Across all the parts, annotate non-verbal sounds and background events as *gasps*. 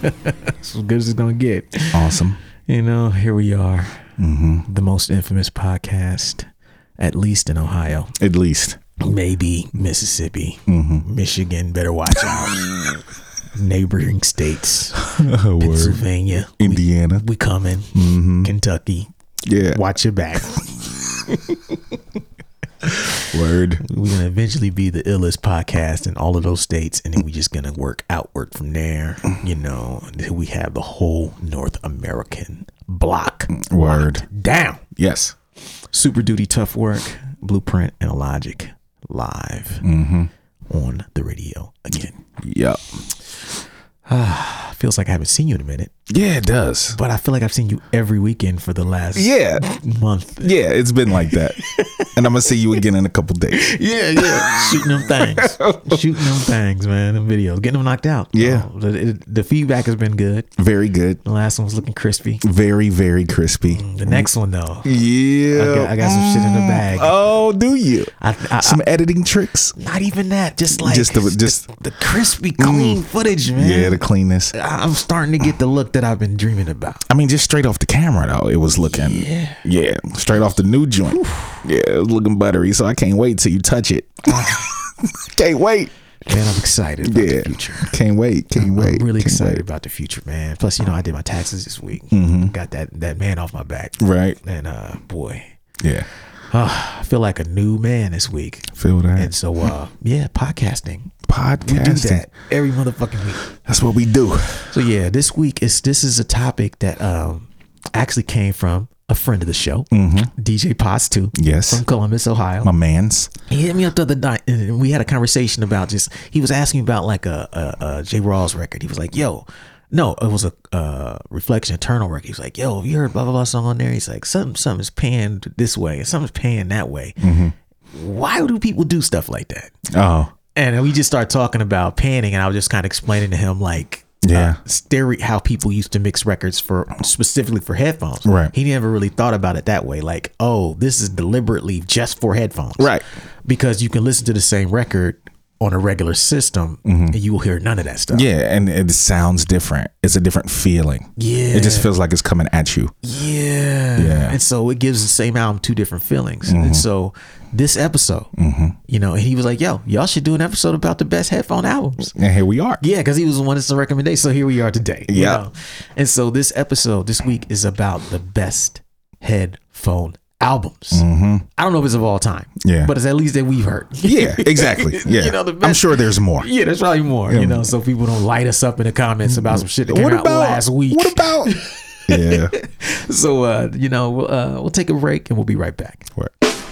That's as good as it's gonna get. Awesome. You know, here we are, the most infamous podcast, at least in Ohio, *laughs* At least. maybe Mississippi, Michigan. Better watch out. Neighboring states, Word. Mm-hmm. Pennsylvania, Indiana. we coming. Kentucky, Yeah. watch your back. Word. We're gonna eventually be the illest podcast in all of those states, and then we're just gonna work outward from there. You know, until we have the whole North American block Mm. Word. down. Yes. Super Duty Tough Work, Blueprint, and Logic live Mm-hmm. on the radio again. Yep. Feels like I haven't seen you in a minute, Yeah, it does. but I feel like I've seen you every weekend for the last Yeah. month. Yeah, it's been *laughs* like that. and I'm going to see you again in a couple days. Yeah, yeah. Shooting them things. Shooting them things, man. Them videos. Getting them knocked out. Yeah. Oh, the, it- the feedback has been good. Very good. The last one was looking crispy. Very, very crispy. The next one, though, Mm. Yeah. I, got, I got some shit in the bag. Oh, do you? I, I, Some editing tricks. not even that. Just like Just the- just- Mm. the, the crispy, clean footage, man. Yeah, the cleanness. I- I'm starting to get the look that I've been dreaming about. I mean, just straight off the camera though, it was looking. Yeah. straight off the new joint. Yeah, it was looking buttery. So I can't wait till you touch *laughs* it. can't wait. Man, I'm excited about Yeah. the future. Can't wait. Can't wait. I'm really can't excited about the future, man. Plus, you know, I did my taxes this week. Got that that man off my back. wait. Right. And uh boy, ah, Yeah. I feel like a new man this week. Feel that. And so uh yeah, podcasting. We do Podcasting. that every motherfucking week. That's what we do. So yeah, this week is this is a topic that um actually came from a friend of the show, Mm-hmm. DJ Potts too. Yes. From Columbus, Ohio. My man's. He hit me up the other night, and we had a conversation about just. He was asking about like a, a, a J. Rawls record. He was like, "Yo, no, it was a uh, Reflection Eternal record." He was like, "Yo, have you heard blah blah blah song on there?" He's like, "Something, something's panned this way, and something's panned that way. Mm-hmm. Why do people do stuff like that?" Oh. And we just started talking about panning, and I was just kind of explaining to him like, Yeah. uh, stereo how people used to mix records for specifically for headphones. Right. He never really thought about it that way. Like, oh, this is deliberately just for headphones. Uh, Right. Because you can listen to the same record on a regular system, and you will hear none of that stuff. Mm-hmm. Yeah, and it sounds different. It's a different feeling. Yeah. It just feels like it's coming at you. Yeah. Yeah. Mm-hmm. And so it gives the same album two different feelings. And so this episode, you know, and he was like, yo, y'all should do an episode about the best headphone albums. And here we *laughs* are. Yeah, because he was the one that's the recommendation. So here we are today. you Yeah. know. And so this episode this week is about the best headphone albums. I don't know if it's of all time. Mm-hmm. Yeah. But it's at least that we've heard. Yeah, exactly. Yeah. You know, the I'm best- sure there's more. Yeah, there's probably more. You know, so people don't light us up in the comments about some shit that came What out about last week. What *laughs* about Yeah. *laughs* so uh, you know, we'll, uh, we'll take a break and we'll be right back. Word.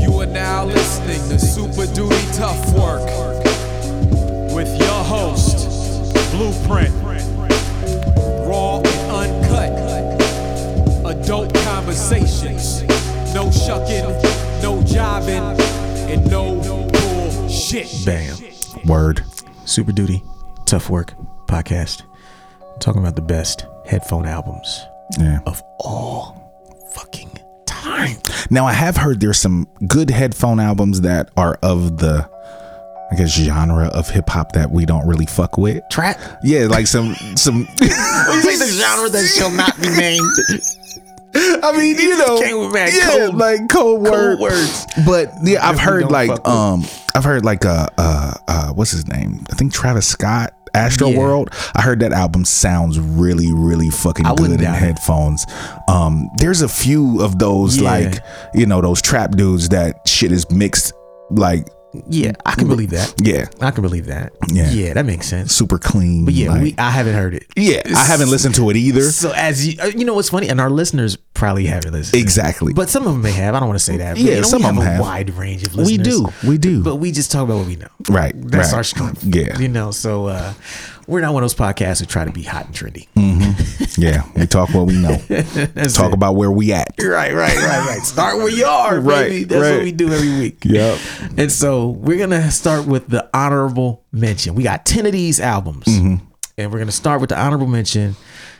You are now listening to Super Duty Tough Work with your host, Blueprint. Raw and uncut. Adult conversations. No shucking, no jiving, and no bullshit. Bam. Word. Super Duty, Tough Work podcast. Talking about the best headphone albums Yeah. of all fucking time. Now I have heard there's some good headphone albums that are of the I guess genre of hip hop that we don't really fuck with. Trap. Yeah, like some *laughs* some You say the genre that shall not be named. I mean, you know, came with mad yeah, cold- like cold, word. words. But yeah, I've we heard don't like fuck with. um I've heard like uh uh uh what's his name? I think Travis Scott Astro Yeah. World. I heard that album sounds really, really fucking I wouldn't good in doubt it. headphones. Um, there's a few of those Yeah. like you know those trap dudes that shit is mixed like *laughs* Yeah, I can believe that. yeah I can believe that. Yeah. yeah, that makes sense. super clean. But yeah, like- we, I haven't heard it. yeah. I haven't listened to it either. So as you, uh, you know, what's funny, and our listeners probably haven't listened, Exactly. but some of them may have. I don't want to say that. But, Yeah, you know, some we of 'em a have. wide range of We listeners. do. We do. but we just talk about what we know. right. That's right. our strength. Yeah. you know. So uh, we're not one of those podcasts who try to be hot and trendy. Mm. Yeah. We talk what we know. *laughs* That's talk it. about where we at. Right, right, right, *laughs* right. Start where you are, Right, baby. That's right. what we do every week. Yep. And so we're gonna start with the honorable mention. We got ten of these albums, Mm-hmm. and we're gonna start with the honorable mention,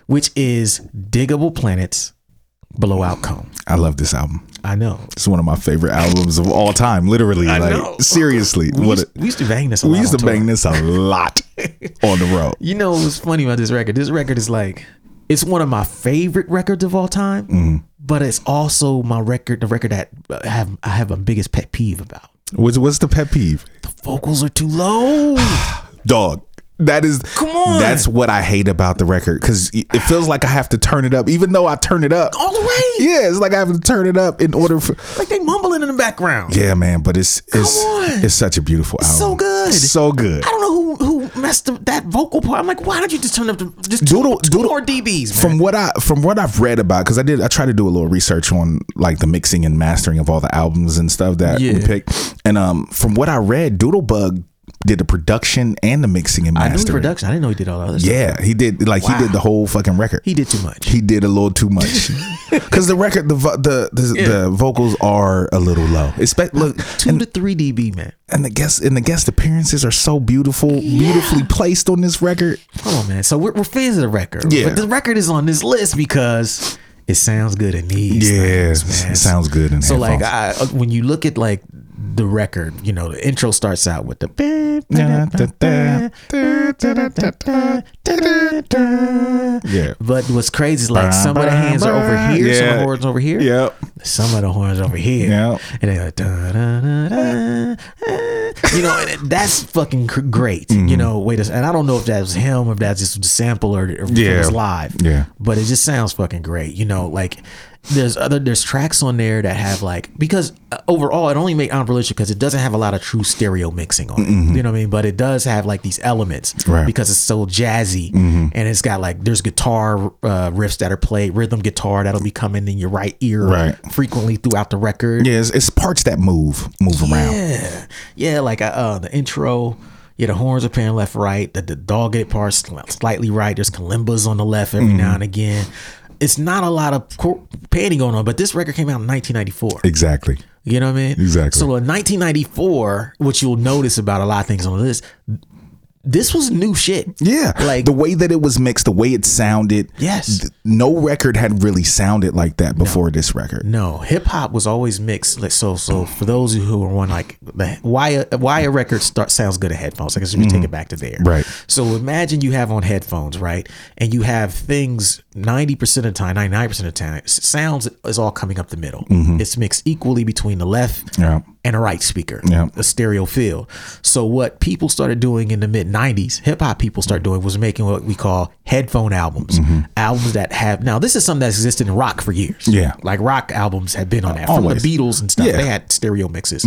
which is "Diggable Planets," "Below Outcome." I love this album. I know. It's one of my favorite albums of all time. Literally, like know. seriously, We, what used, we used to bang this. A a, we lot used to on tour. bang this *laughs* a lot on the road. You know what's funny about this record? This record is like it's one of my favorite records of all time, Mm-hmm. but it's also my record, the record that I have I have my biggest pet peeve about. What's what's the pet peeve, Vocals are too *gasps* low. dog? That is Come on. That's what I hate about the record because it feels like I have to turn it up, even though I turn it up. All the way. Yeah, it's like I have to turn it up in order for. Like they mumbling in the background. Yeah, man, but it's it's on. it's such a beautiful album. so good. so good. I don't know who who messed up that vocal part. I'm like, why did you just turn up the just two, Doodle- two doodle- more dBs? man? from what I from what I've read about because I did I try to do a little research on like the mixing and mastering of all the albums and stuff that we Yeah. picked and um from what I read Doodlebug did the production and the mixing and I knew the mastering production. I didn't know he did all that. Yeah. yeah he did like he did the whole fucking record He did too much. he did a little *laughs* too much because the record the vo- the the, the vocals are a little low Espe- look two to three dB, man. and the guest and the guest appearances are so beautiful beautifully placed on this record Come on, man. So we're, we're fans of the record. Yeah. But the record is on this list because it sounds good in these. yeah things, man. it sounds good in So like, headphones. I, uh, when you look at like the record, you know, the intro starts out with the. yeah But what's crazy is like some of the hands are over here, some of Yeah. the horns over here, Yep. some of the horns over here. Yeah. And they're like, da, da, da, da, da. you know, and it- that's fucking cr- great. You know, wait a s- And I don't know if that was him or if that's just a sample or, or if it Yeah. was live. Yeah. But it just sounds fucking great. You know, like there's other, there's tracks on there that have like, because uh, overall it only made Honorable because it doesn't have a lot of true stereo mixing on it. You know what I mean? But it does have like these elements Right. because it's so jazzy and it's got like, there's guitar uh, riffs that are played, rhythm guitar that'll be coming in your right ear Right. frequently throughout the record. Yeah, it's, it's parts that move, move around. Yeah, yeah, like uh, uh, the intro. Yeah, the horns are playing left, right. The, the dogged part sl- slightly right. There's kalimbas on the left every now and again. It's not a lot of cor- panning going on, but this record came out in 1994. Exactly. You know what I mean? E Exactly. So in 1994, what you'll notice about a lot of things on this, this was new shit. Yeah, Like- the way that it was mixed, the way it sounded. Yes. th- no record had really sounded like that before this record. No, hip hop was always mixed. Like, so, so for those who are wondering, like, the, why a, why a record start sounds good in headphones? I guess we take it back to there, Right. So imagine you have on headphones, right, and you have things ninety percent of the time, ninety nine percent of the time, s- sounds is all coming up the middle. It's mixed equally between the left Yeah. and a right speaker, Yeah. a stereo field. So what people started doing in the mid '90s, hip hop people started doing was making what we call headphone albums, Mm-hmm. albums that have now this is something that's existed in rock for years. Yeah. like rock albums have been on that from Always. the Beatles and stuff. Yeah. Mm-hmm. They had stereo mixes,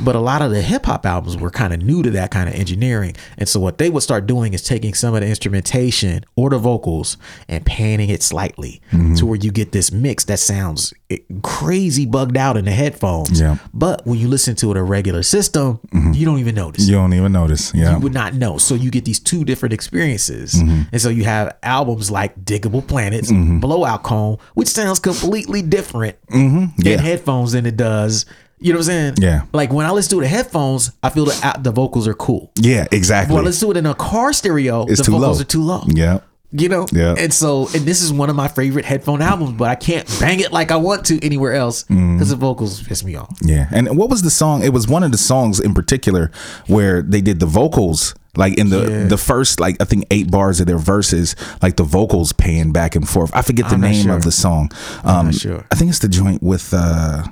but a lot of the hip hop albums were kind of new to that kind of engineering. And so what they would start doing is taking some of the instrumentation or the vocals and panning it slightly Mm-hmm. to where you get this mix that sounds eh, crazy bugged out in the headphones. Yeah. But when you listen to it a regular system, Mm-hmm. you don't even notice. You don't even notice. Yeah, You would not know. So you get these two different experiences. Mm-hmm. And so you have albums like Diggable Planets, Blowout Cone, which sounds completely different Mm-hmm. Yeah. in headphones than it does. You know what I'm saying? Yeah. Like when I listen to the headphones, I feel the out- the vocals are cool. yeah, exactly. Well, let's do it in a car stereo. It's the too vocals low. are too low. yeah, You know? Yeah. And so, and this is one of my favorite headphone albums, but I can't bang it like I want to anywhere else because Mm-hmm. the vocals piss me off. yeah. And what was the song? It was one of the songs in particular where they did the vocals. Like in the the first like I think eight bars of their verses, like the vocals paying back and forth. I forget the I'm not name sure. of the song. Um, not sure. I think it's the joint with uh,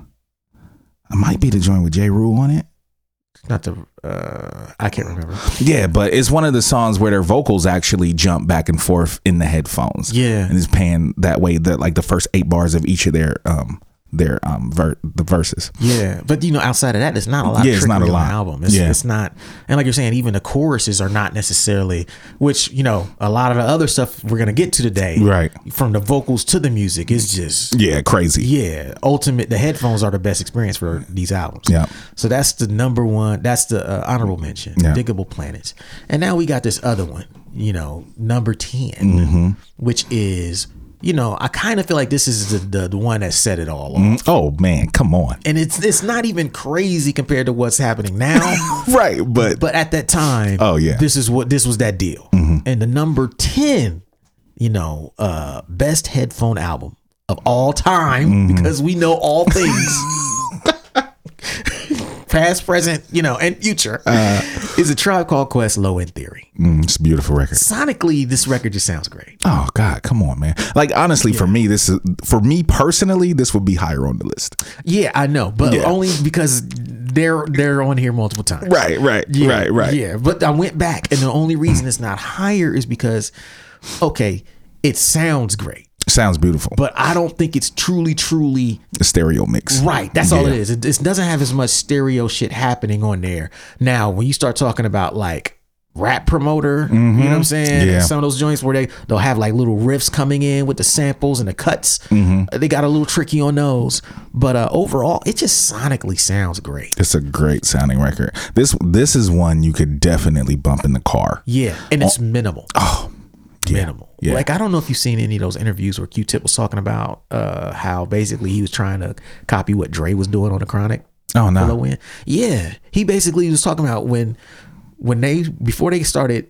it might be the joint with J Rule on it. not the uh, I can't remember. Yeah, but it's one of the songs where their vocals actually jump back and forth in the headphones. Yeah. and it's panned that way. That like the first eight bars of each of their um their um ver- the verses. Yeah, but you know, outside of that, it's not a lot. Yeah, it's trickery not a on the lot. album. It's, Yeah. it's not, and like you're saying, even the choruses are not necessarily, which you know, a lot of the other stuff we're gonna get to today, Right. From the vocals to the music, is just Yeah, crazy. yeah, ultimate. The headphones are the best experience for these albums. Yeah. So that's the number one. That's the uh, honorable mention. Yeah. Diggable planets, and now we got this other one. You know, number 10 Mm-hmm. which is you know I kind of feel like this is the, the the one that set it all off. Oh man, come on. And it's it's not even crazy compared to what's happening *laughs* now. Right, but, but at that time, Oh, yeah. Mm-hmm. this is what this was that deal. And the number ten, you know, uh, best headphone album of all time Mm-hmm. because we know all *laughs* things. *laughs* Past, present, you know, and future is a tribe called Quest Low End Theory. Uh. Mm, it's a beautiful record. Sonically, this record just sounds great. Oh God, come on, man. Like honestly, for me, this is for me personally, this would be higher on the list. Yeah, I know, but Yeah. only because they're they're on here multiple times. Right, right, right, right. Yeah, but I went back, and the only reason it's not higher is because, okay, it sounds great, Sounds beautiful. but I don't think it's truly, truly The stereo mix. right. That's all it Yeah. is. It, it doesn't have as much stereo shit happening on there. Now, when you start talking about like rap promoter, you know what I'm saying? Mm-hmm. Yeah. Some of those joints where they they'll have like little riffs coming in with the samples and the cuts. Mm-hmm. They got a little tricky on those, but uh, overall, it just sonically sounds great. It's a great sounding record. This this is one you could definitely bump in the car. Yeah, and it's minimal. Oh, minimal. yeah. Like I don't know if you've seen any of those interviews where Q-Tip was talking about uh, how basically he was trying to copy what Dre was doing on the Chronic. Oh no. for low end. Yeah, he basically was talking about when when they before they started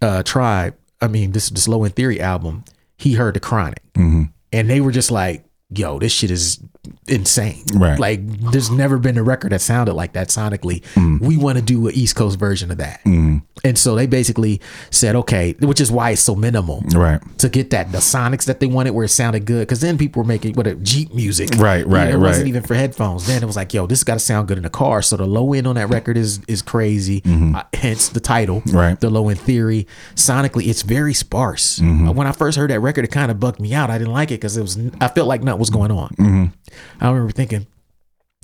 uh, Tribe. I mean this this Low End Theory album. He heard the Chronic, Mm-hmm. and they were just like. Yo, this shit is insane. Right. Like, there's never been a record that sounded like that sonically. Mm. We want to do an East Coast version of that. Mm-hmm. And so they basically said, okay, which is why it's so minimal. Right. To get that the sonics that they wanted where it sounded good, because then people were making what a Jeep music, Right, right, It right. wasn't even for headphones. Then it was like, yo, this got to sound good in the car. So the low end on that record is is crazy. Uh, hence the title, Mm-hmm. Right. The low end theory. Sonically, it's very sparse. Mm-hmm. Uh, When I first heard that record, it kind of bugged me out. I didn't like it because it was I felt like nothing was going on. Mm-hmm. I remember thinking,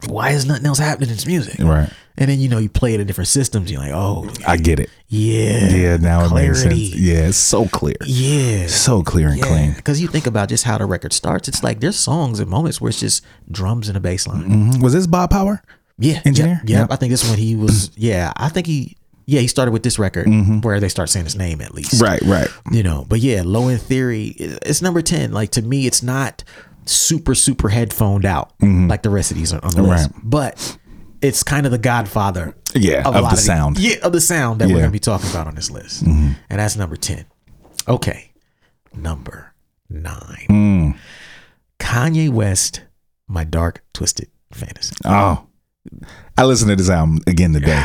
why is nothing else happening in this music? Right. And then you know you play it in different systems. You're like, oh I get it. yeah, Yeah, now it makes sense. clarity. Yeah, it's so clear. yeah, So clear and clean. Because you think about just how the record starts, it's like there's songs and moments where it's just drums and a bass line. Mhm. Was this Bob Power? Yeah, Engineer? Yeah, Yep. I think this one he was. Yeah, I think he. Yeah, he started with this record where they start saying his name at least. Mm-hmm. Right, right. You know, but yeah, low in theory, it- it's number ten. Like to me, it's not super super headphoned out like the rest of these on on the list, Mm-hmm. Right. but. It's kind of the godfather Yeah, a of lot the these- sound. yeah, of the sound that Yeah. Mm-hmm. we're going to be talking about on this list. And that's number 10. Okay. Number nine Mm. Kanye West, My Dark Twisted Fantasy. Oh. I listened to this album *sighs* again today.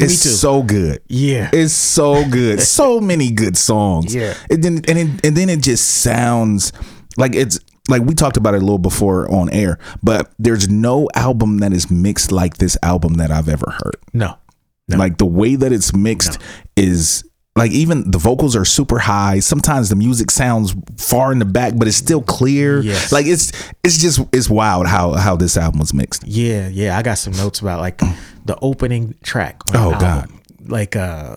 It's too. so good. Yeah. It's so good. so many good songs. Yeah. And then and it, and then it just sounds like it's like we talked about it a little before on air, but there's no album that is mixed like this album that I've ever heard. no. Like the way that it's mixed is like even the vocals are super high. Sometimes the music sounds far in the back, but it's still clear. Yes. Like it's it's just it's wild how how this album was mixed. Yeah. Yeah. I got some notes about like the opening track. on the Oh, album. God. Like, uh,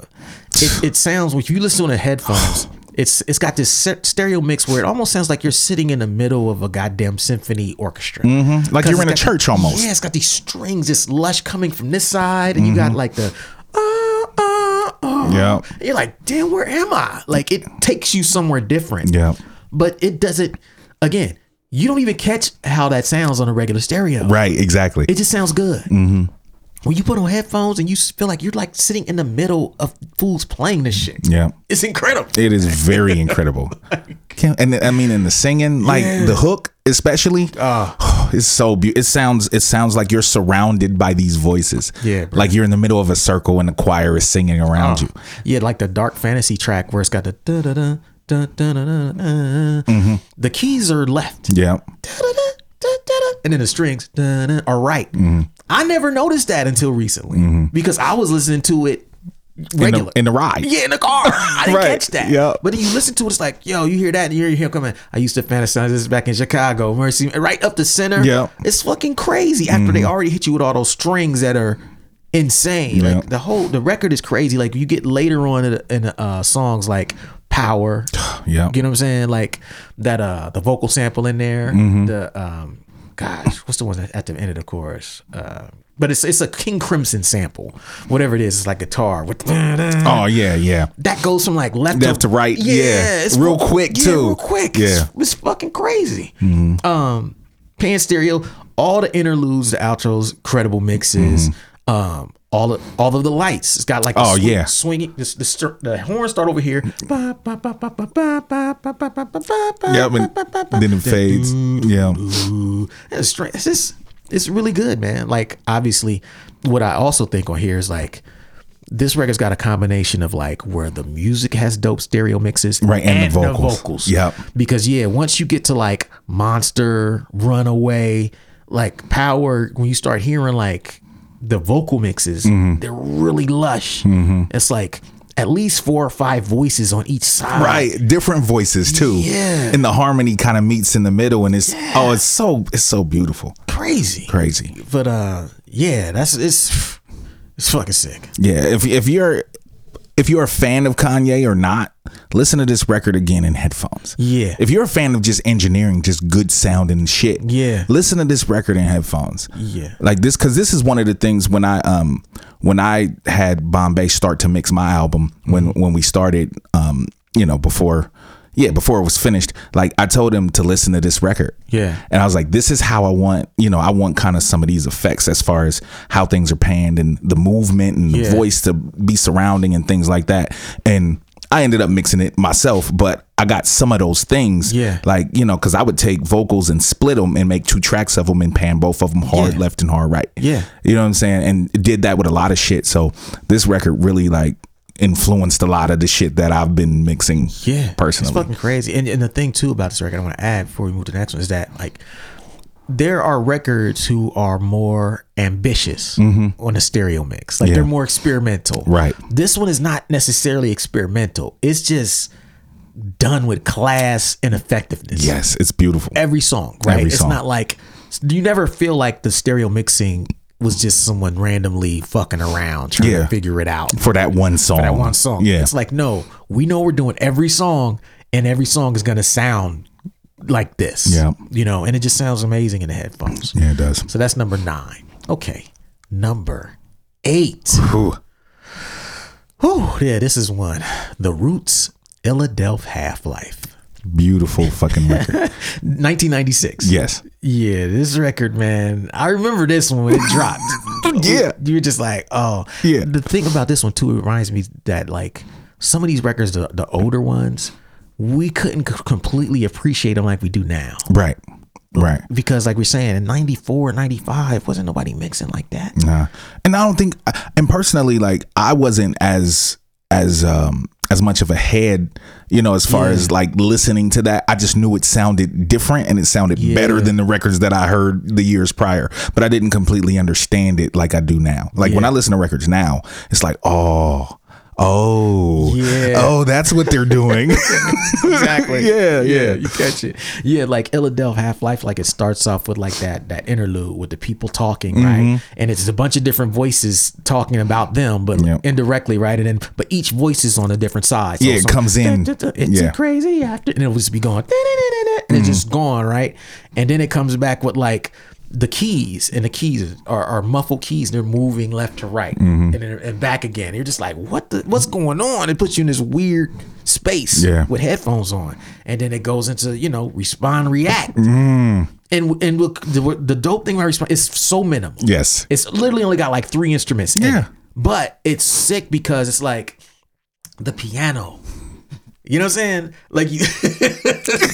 it, it sounds, when you listen on the headphones, It's, it's got this se- stereo mix where it almost sounds like you're sitting in the middle of a goddamn symphony orchestra. Like you're in a it's got- church almost. Yeah, it's got these strings, this lush coming from this side, and you got Mm-hmm. like the. Uh, uh, uh. Yeah. You're like, damn, where am I? Like it takes you somewhere different. Yeah. But it doesn't. Again, you don't even catch how that sounds on a regular stereo. Right, Mm-hmm. exactly. It just sounds good. When you put on headphones and you s- feel like you're like sitting in the middle of fools playing this shit. yeah. It's incredible. It is very *laughs* incredible. Can't- and I mean, in the singing, like the hook, especially, Ah. *sighs* it's so beautiful. It sounds, it sounds like you're surrounded by these voices. Yeah, bro. Ah. like you're in the middle of a circle and the choir is singing around you. Yeah, like the dark fantasy track where it's got the da da da Mm-hmm. da da da da. The keys are left. Yeah, Da-da-da, da-da-da. and then the strings dun, are right. Mm-hmm. I never noticed that until recently because I was listening to it in regular the, in the ride. yeah, in the car. *laughs* I didn't Right. catch that. Yep. But then you listen to it, it's like, yo, you hear that, and you hear him coming. I used to fantasize this back in Chicago, Mercy, right up the center. Yep. It's fucking crazy after Mm-hmm. they already hit you with all those strings that are insane. Like Yep. the whole the record is crazy. Like you get later on in, the- in the, uh, songs like Power. *sighs* *sighs* Yep. You know what I'm saying? Like that uh the vocal sample in there. The um gosh, what's the one that- at the end of the chorus? Uh but it's it's a King Crimson sample. Whatever it is, it's like guitar. With Oh yeah, yeah. that goes from like left, Left to right, yeah. Real quick, yeah, too. Real quick. It's- Yeah. Mm-hmm. It's, fucking crazy. Um, pan stereo, all the interludes, the outros, credible mixes. Um, all of, all of the lights. It's got like a Mm-hmm. Oh, swing- yeah. swinging. The, the, str- the horn start over here. Ba, ba, ba, ba, ba, ba, ba, ba, ba, ba, ba, ba, Yep, and ba, ba, ba. then it fades. Yeah. Ooh, it's strange. It's just, it's really good, man. Like, obviously, what I also think on here is like, this record's got a combination of like where the music has dope stereo mixes, Right, and the vocals. Yep. Because yeah, once you get to like Monster, Runaway, like Power, when you start hearing like the vocal mixes, Mm-hmm. they're really lush. It's like at least four or five voices on each side. Right, different voices too. Yeah. and the harmony kind of meets in the middle, and it's oh, it's so it's so beautiful, Crazy. crazy. But uh, yeah, that's it's it's fucking sick. Yeah, if if you're if you're a fan of Kanye or not, listen to this record again in headphones. Yeah. If you're a fan of just engineering, just good sound and shit. Yeah. Listen to this record in headphones. Yeah. Like this cuz this is one of the things when I um when I had Bombay start to mix my album when Mm-hmm. when we started um you know before yeah, before it was finished, like I told him to listen to this record. Yeah. And I was like, this is how I want, you know, I want kind of some of these effects as far as how things are panned and the movement and the Yeah. voice to be surrounding and things like that. And I ended up mixing it myself, but I got some of those things. Yeah. Like, you know, because I would take vocals and split them and make two tracks of them and pan both of them hard Yeah. left and hard right. Yeah. You know what I'm saying? And did that with a lot of shit. So this record really like influenced a lot of the shit that I've been mixing Yeah, personally. it's fucking crazy. And, and the thing too about this record, I want to add before we move to the next one is that like there are records who are more ambitious on a stereo mix, like Mm-hmm. Yeah. they're more experimental. Right. This one is not necessarily experimental. It's just done with class and effectiveness. yes, it's beautiful. Every song, right? Every it's song. not like you never feel like the stereo mixing was just someone randomly fucking around trying Yeah. to figure it out for that one song. that one song. Yeah. It's like, no, we know we're doing every song and every song is gonna sound like this. Yeah. You know, and it just sounds amazing in the headphones. yeah, it does. So that's number nine. Okay. Number eight. Ooh. Whew, yeah, this is one. The Roots Illadelph Half Life. Beautiful fucking *laughs* record. 1996. yes. Yeah, this record, man. I remember this one when it dropped. *laughs* Yeah. You were just like, oh. Yeah. The thing about this one, too, it reminds me that, like, some of these records, the, the older ones, we couldn't c- completely appreciate them like we do now. Right. Right. Because, like we're saying, in 94, 95, wasn't nobody mixing like that. Nah. And I don't think and personally like I wasn't as as um as much of a head, you know, as far as like listening to that. I just knew it sounded different and it sounded better than the records that I heard the years prior. But I didn't completely understand it like I do now. Like when I listen to records now, it's like, oh, oh, Yeah. oh, that's what they're *laughs* doing. exactly. Yeah, yeah. You catch it. Yeah, like Illadelph Half Life, like it starts off with like that that interlude with the people talking, right? Mm-hmm. And it's a bunch of different voices talking about them, but Yep. indirectly, right? And then but each voice is on a different side. So Yeah, it some- *laughs* comes in. It's a Yeah. crazy after and it'll just be going and it's just gone, right? And then it comes back with like the keys and the keys are, are muffled keys. They're moving left to right and, then- and back again. You're just like, what the, what's going on? It puts you in this weird space Yeah. with headphones on, and then it goes into you know respond react. And and look, the, the dope thing about respond is so minimal. yes. It's literally only got like three instruments. in Yeah. it. but it's sick because it's like the piano. You know what I'm saying? Like you, *laughs*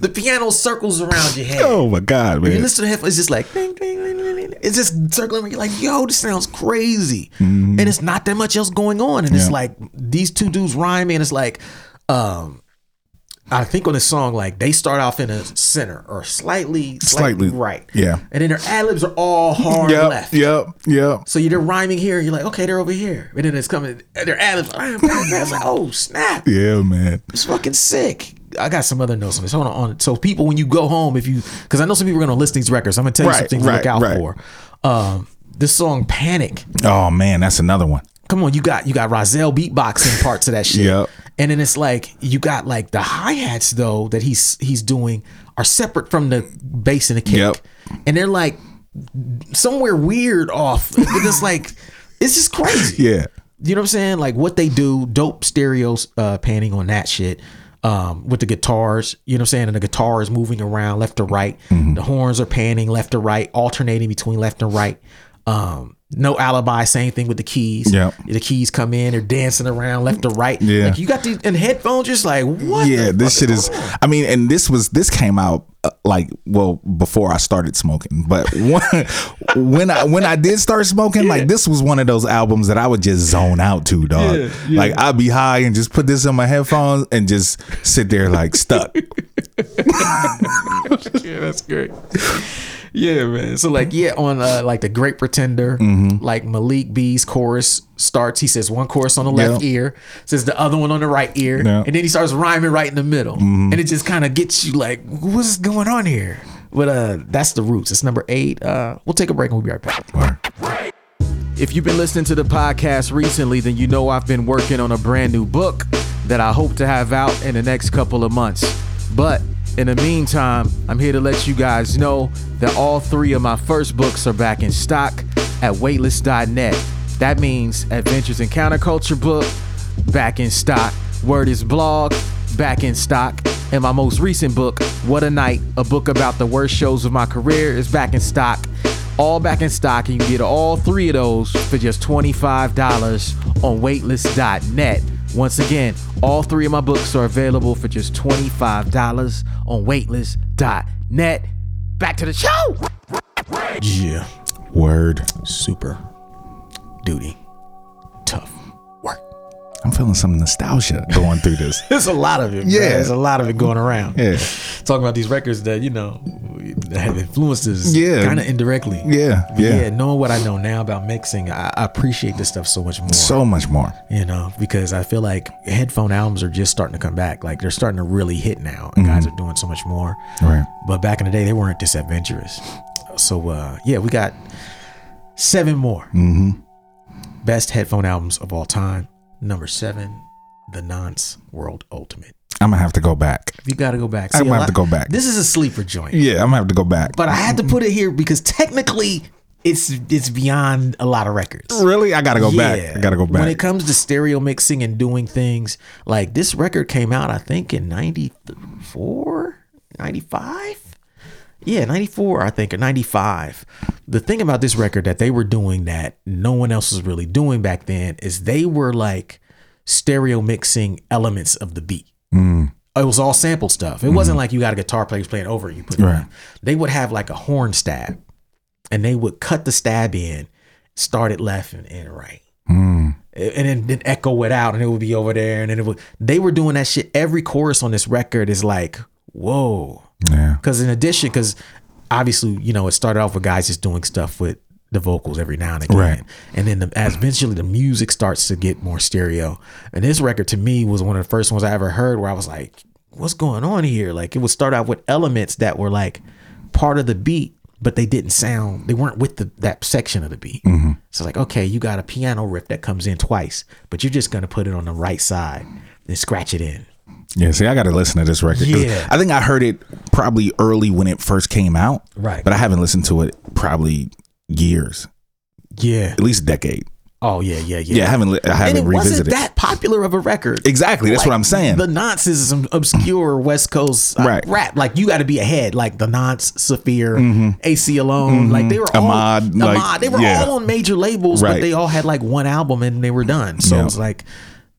the piano circles around your head. Oh my God, man. You listen to him, it's just like ding, ding, ding, ding, ding. it's just circling. around. You're like, yo, this sounds crazy, Mm-hmm. and it's not that much else going on. And it's Yeah. like these two dudes rhyme, and it's like, um, I think on this song, like they start off in a center or slightly, slightly, Slightly, right. yeah. And then their ad libs are all hard Yep, left. yep, yep. So you're rhyming here, and you're like, okay, they're over here. And then it's coming, and their ad libs, *laughs* like, oh, snap. Yeah, man. It's fucking sick. I got some other notes on this. Hold on, on. So people, when you go home, if you, because I know some people are gonna list these records. I'm gonna tell you some Right, things to look right, out right. for. Um, this song, "Panic." Oh man, that's another one. Come on, you got you got Rozelle beatboxing parts of that shit. Yep. And then it's like you got like the hi hats though that he's he's doing are separate from the bass and the kick, Yep. and they're like somewhere weird off. It's just like it's just crazy *laughs* Yeah. you know what I'm saying? Like what they do, dope stereos uh panning on that shit. Um, with the guitars, you know what I'm saying? And the guitar is moving around left to right. The horns are panning left to right, alternating between left and right. Um, no alibi, same thing with the keys. Yep. The keys come in, they're dancing around left to right. Yeah. Like you got these and headphones just like what? yeah, the this fuck shit is. I mean, and this was this came out uh, like well before I started smoking, but *laughs* when when I when I did start smoking, like this was one of those albums that I would just zone out to, dog. Like I'd be high and just put this in my headphones and just sit there like *laughs* stuck. yeah, that's great. *laughs* Yeah, man. So like, yeah, on uh, like the Great Pretender, like Malik B's chorus starts. He says one chorus on the left Yeah. ear, says the other one on the right ear, Yeah. and then he starts rhyming right in the middle, and it just kind of gets you like, what's going on here? But uh, that's the roots. It's number eight. Uh, we'll take a break and we'll be right back. If you've been listening to the podcast recently, then you know I've been working on a brand new book that I hope to have out in the next couple of months. But in the meantime, I'm here to let you guys know that all three of my first books are back in stock at weightless.net. That means Adventures in Counterculture book, back in stock. Word is blog, back in stock. And my most recent book, What a Night, a book about the worst shows of my career, is back in stock. All back in stock, and you can get all three of those for just $25 on waitlist.net. Once again, all three of my books are available for just $25 on waitlist.net. Back to the show! Yeah, Word. super duty, tough work. I'm feeling some nostalgia going through this. *laughs* There's a lot of it. Yeah, Yeah. there's a lot of it going around. Yeah. talking about these records that you know have influenced us Yeah. kind of indirectly Yeah, But yeah. knowing what i know now about mixing i, I appreciate this stuff so much more So much more. you know because i feel like headphone albums are just starting to come back like they're starting to really hit now and guys Mm-hmm. are doing so much more Right. but back in the day they weren't this adventurous so uh yeah we got seven more mm-hmm. best headphone albums of all time number seven the nonce world ultimate I'm gonna have to go back. you gotta go back I'm See, a gonna have lot- to go back. this is a sleeper joint Yeah, I'm gonna have to go back. but I had to put it here because technically it's it's beyond a lot of records. really, I gotta go back. I gotta go When it back. comes to stereo mixing and doing things, like this record came out, I think, in 94, 95? Yeah, 94, I think, or 95. The thing about this record that they were doing that no one else was really doing back then is they were like stereo mixing elements of the beat. Mm. It was all sample stuff. It Mm-hmm. wasn't like you got a guitar player who's playing over it, you. Put it Right. on. They would have like a horn stab and they would cut the stab in, start it left and end right. And then, then echo it out and it would be over there. And then it would, they were doing that shit. Every chorus on this record is like, whoa. Yeah. Because in addition, because obviously, you know, it started off with guys just doing stuff with the vocals every now and again, Right. and then the, as eventually the music starts to get more stereo. And this record to me was one of the first ones I ever heard where I was like, "What's going on here?" Like it would start out with elements that were like part of the beat, but they didn't sound they weren't with the, that section of the beat. So it's like, okay, you got a piano riff that comes in twice, but you're just gonna put it on the right side and scratch it in. Yeah, see, I got to listen to this record. 'cause Yeah. I think I heard it probably early when it first came out. Right. But I haven't listened to it probably years, Yeah. at least a decade. Oh yeah, yeah, yeah. Yeah, I haven't. li- I haven't and it wasn't revisited. it. that popular of a record. Exactly. That's what I'm saying. The Nonce is some obscure West Coast uh, Right. rap. Like you got to be ahead. Like the Nonce, Saphir, AC Alone. Like they were Mm-hmm. Ahmad, all like, Ahmad. They were yeah. all on major labels, but Right. they all had like one album and they were done. So Yeah. Mm. it's like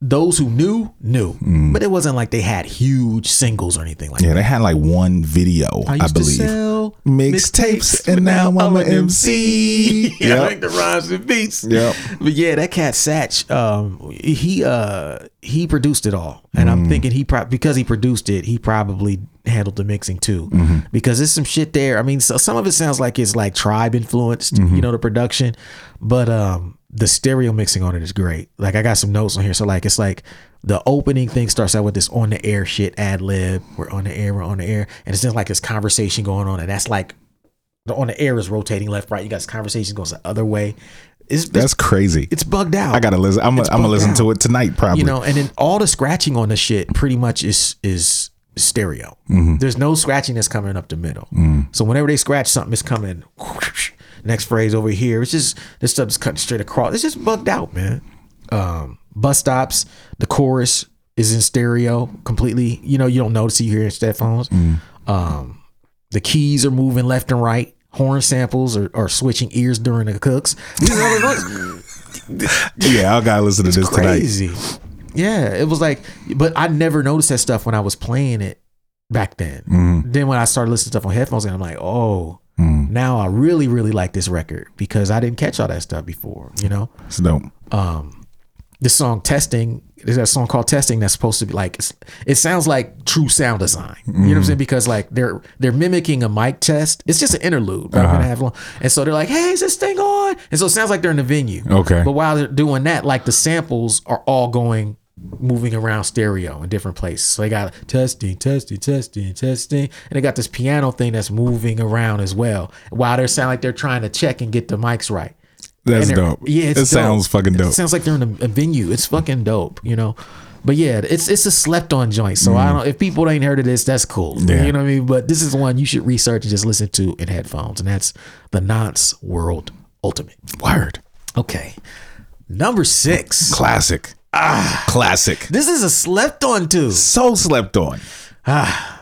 those who knew knew, but it wasn't like they had huge singles or anything like Yeah, that. they had like one video, I, I used believe. to sell Mixtapes, and now I'm an MC. *laughs* yeah, Yep. like the rhymes and beats. Yep. But yeah, that cat Satch, um, he uh he produced it all, and Mm. I'm thinking he probably because he produced it, he probably handled the mixing too, Mm-hmm. because there's some shit there. I mean, so some of it sounds like it's like tribe influenced, Mm-hmm. you know, the production, but um, the stereo mixing on it is great. Like I got some notes on here, so like it's like. The opening thing starts out with this on the air shit ad lib. We're on the air, we're on the air. And it's just like this conversation going on. And that's like the on the air is rotating left, right. You got this conversation goes the other way. It's, it's That's crazy. it's bugged out. I gotta listen. I'm gonna I'm gonna bugged listen out. to it tonight, probably. you know, and then all the scratching on the shit pretty much is is stereo. There's no scratching that's coming up the middle. So whenever they scratch something, it's coming. *laughs* whoosh, next phrase over here. It's just this stuff's cutting straight across. It's just bugged out, man. Um, bus stops. The chorus is in stereo completely. You know, you don't notice it, you hear it in headphones. Um, the keys are moving left and right. Horn samples are, are switching ears during the cooks. These are all the notes yeah, I gotta listen to this tonight. crazy. Yeah, it was like, but I never noticed that stuff when I was playing it back then. Then when I started listening to stuff on headphones, and I'm like, oh, now I really, really like this record because I didn't catch all that stuff before. You know, It's dope. this song testing. There's that song called Testing that's supposed to be like it's, it sounds like true sound design. You know what I'm saying? Because like they're they're mimicking a mic test. It's just an interlude. Right? We're gonna have long, and so they're like, "Hey, is this thing on?" And so it sounds like they're in the venue. Okay. But while they're doing that, like the samples are all going moving around stereo in different places. So they got testing, testing, testing, testing. And they got this piano thing that's moving around as well. While they sound like they're trying to check and get the mics right. That's And they're- dope. Yeah, it it's dope. sounds fucking It dope. sounds like they're in a, a venue. It's fucking dope, you know. But yeah, it's it's a slept on joint. So I don't. If people ain't heard of this, that's cool. Mm. Yeah. You know what I mean. But this is one you should research and just listen to in headphones, and that's the Nonce World Ultimate. Word. Okay, number six. Classic. Ah, classic. This is a slept on too. So slept on.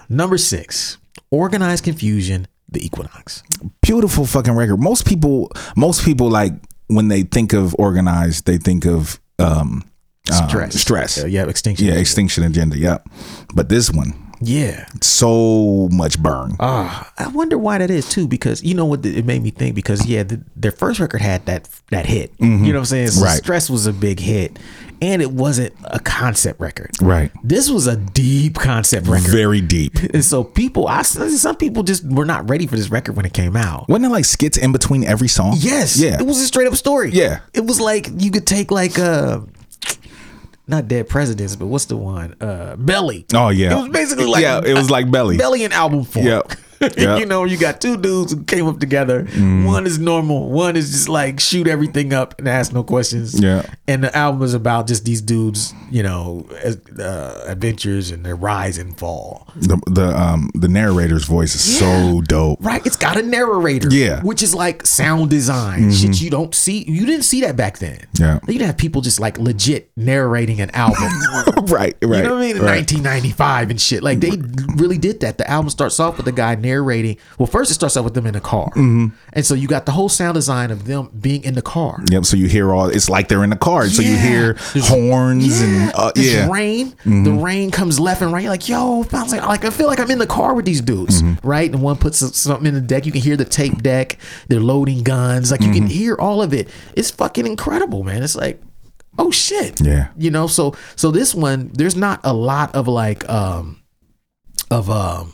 Number six. Organized confusion. The Equinox. Beautiful fucking record. Most people, most people like when they think of organized, they think of um, uh, Stress. stress. Yeah, yeah, extinction. Yeah, Extinction Agenda. Yep. But this one, yeah. so much burn. Ah, I wonder why that is too. Because you know what, it made me think. Because yeah, the, their first record had that that hit. You know what I'm saying? So Right. Stress was a big hit, and it wasn't a concept record. right. This was a deep concept record, Very deep. and so people, I some people just were not ready for this record when it came out. Wasn't it like skits in between every song? Yes. Yeah. It was a straight up story. Yeah. It was like you could take like uh not dead presidents, but what's the one? Uh Belly. Oh, yeah. It was basically like Yeah, it was like Belly. Belly in album form. Yep. Yep. *laughs* Mm. you know, you got two dudes who came up together. One is normal, one is just like shoot everything up and ask no questions. Yeah. And the album is about just these dudes, you know, as, uh, adventures and their rise and fall. the the um the narrator's voice is so dope. Right, it's got a narrator. Yeah. Mm-hmm. which is like sound design shit you don't see. You didn't see that back then. Yeah. you didn't have people just like legit narrating an album. *laughs* right, right. You know what I mean? In right. 1995 and shit. Like they really did that. The album starts off with the guy narrating. Well, first it starts off with them in a car, Mm-hmm. and so you got the whole sound design of them being in the car. Yep. So you hear all. It's like they're in the car. So you Yeah. hear horns and uh, it's yeah. Mm-hmm. rain. The rain comes left and right. You're like, yo, I was like, like, I feel like I'm in the car with these dudes, Mm-hmm. right? And one puts something in the deck. You can hear the tape deck. They're loading guns. Like you can Mm-hmm. hear all of it. It's fucking incredible, man. It's like, oh shit. Yeah. You know, so so this one, there's not a lot of like um of um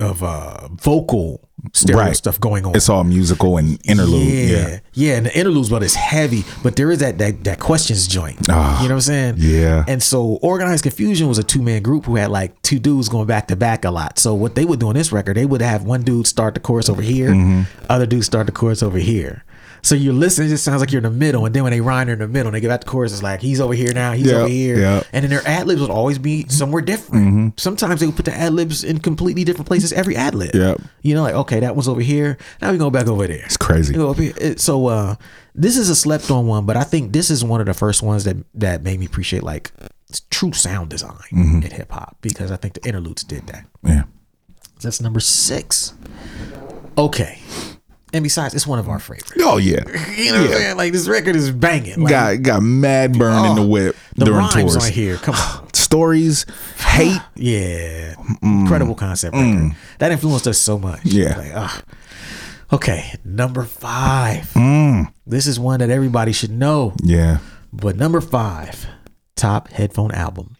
of uh vocal stereo Right. stuff going on. It's all musical and interlude. Yeah. Yeah. yeah, and the interludes, but it's heavy. But there is that that, that questions joint. Ah, you know what I'm saying? yeah. And so organized confusion was a two man group who had like two dudes going back to back a lot. So what they would do on this record, they would have one dude start the chorus over here, Mm-hmm. other dude start the chorus over here. So you listen, it just sounds like you're in the middle, and then when they rhyme, they're in the middle. And they get back to chorus, it's like he's over here now, he's Yeah, over here, yeah. Mm-hmm. and then their ad libs would always be somewhere different. Sometimes they would put the ad libs in completely different places. Every ad lib, Yeah. you know, like okay, that one's over here, now we go back over there. It's crazy. You know, up here- it- So uh, this is a slept on one, but I think this is one of the first ones that that made me appreciate like s- true sound design Mm-hmm. in hip hop because I think the interludes did that. Yeah. That's number six. Okay, And besides, it's one of our favorites. Oh yeah, You know what I'm yeah. saying? Like this record is banging. Like, Got got mad burn in the oh, whip the during rhymes tours. on here. Come on. Stories, *gasps* hate. Mm. Yeah, incredible concept record. That influenced us so much. Yeah. Like, ah. Okay, number five. Mm. This is one that everybody should know. Yeah, But number five, top headphone album,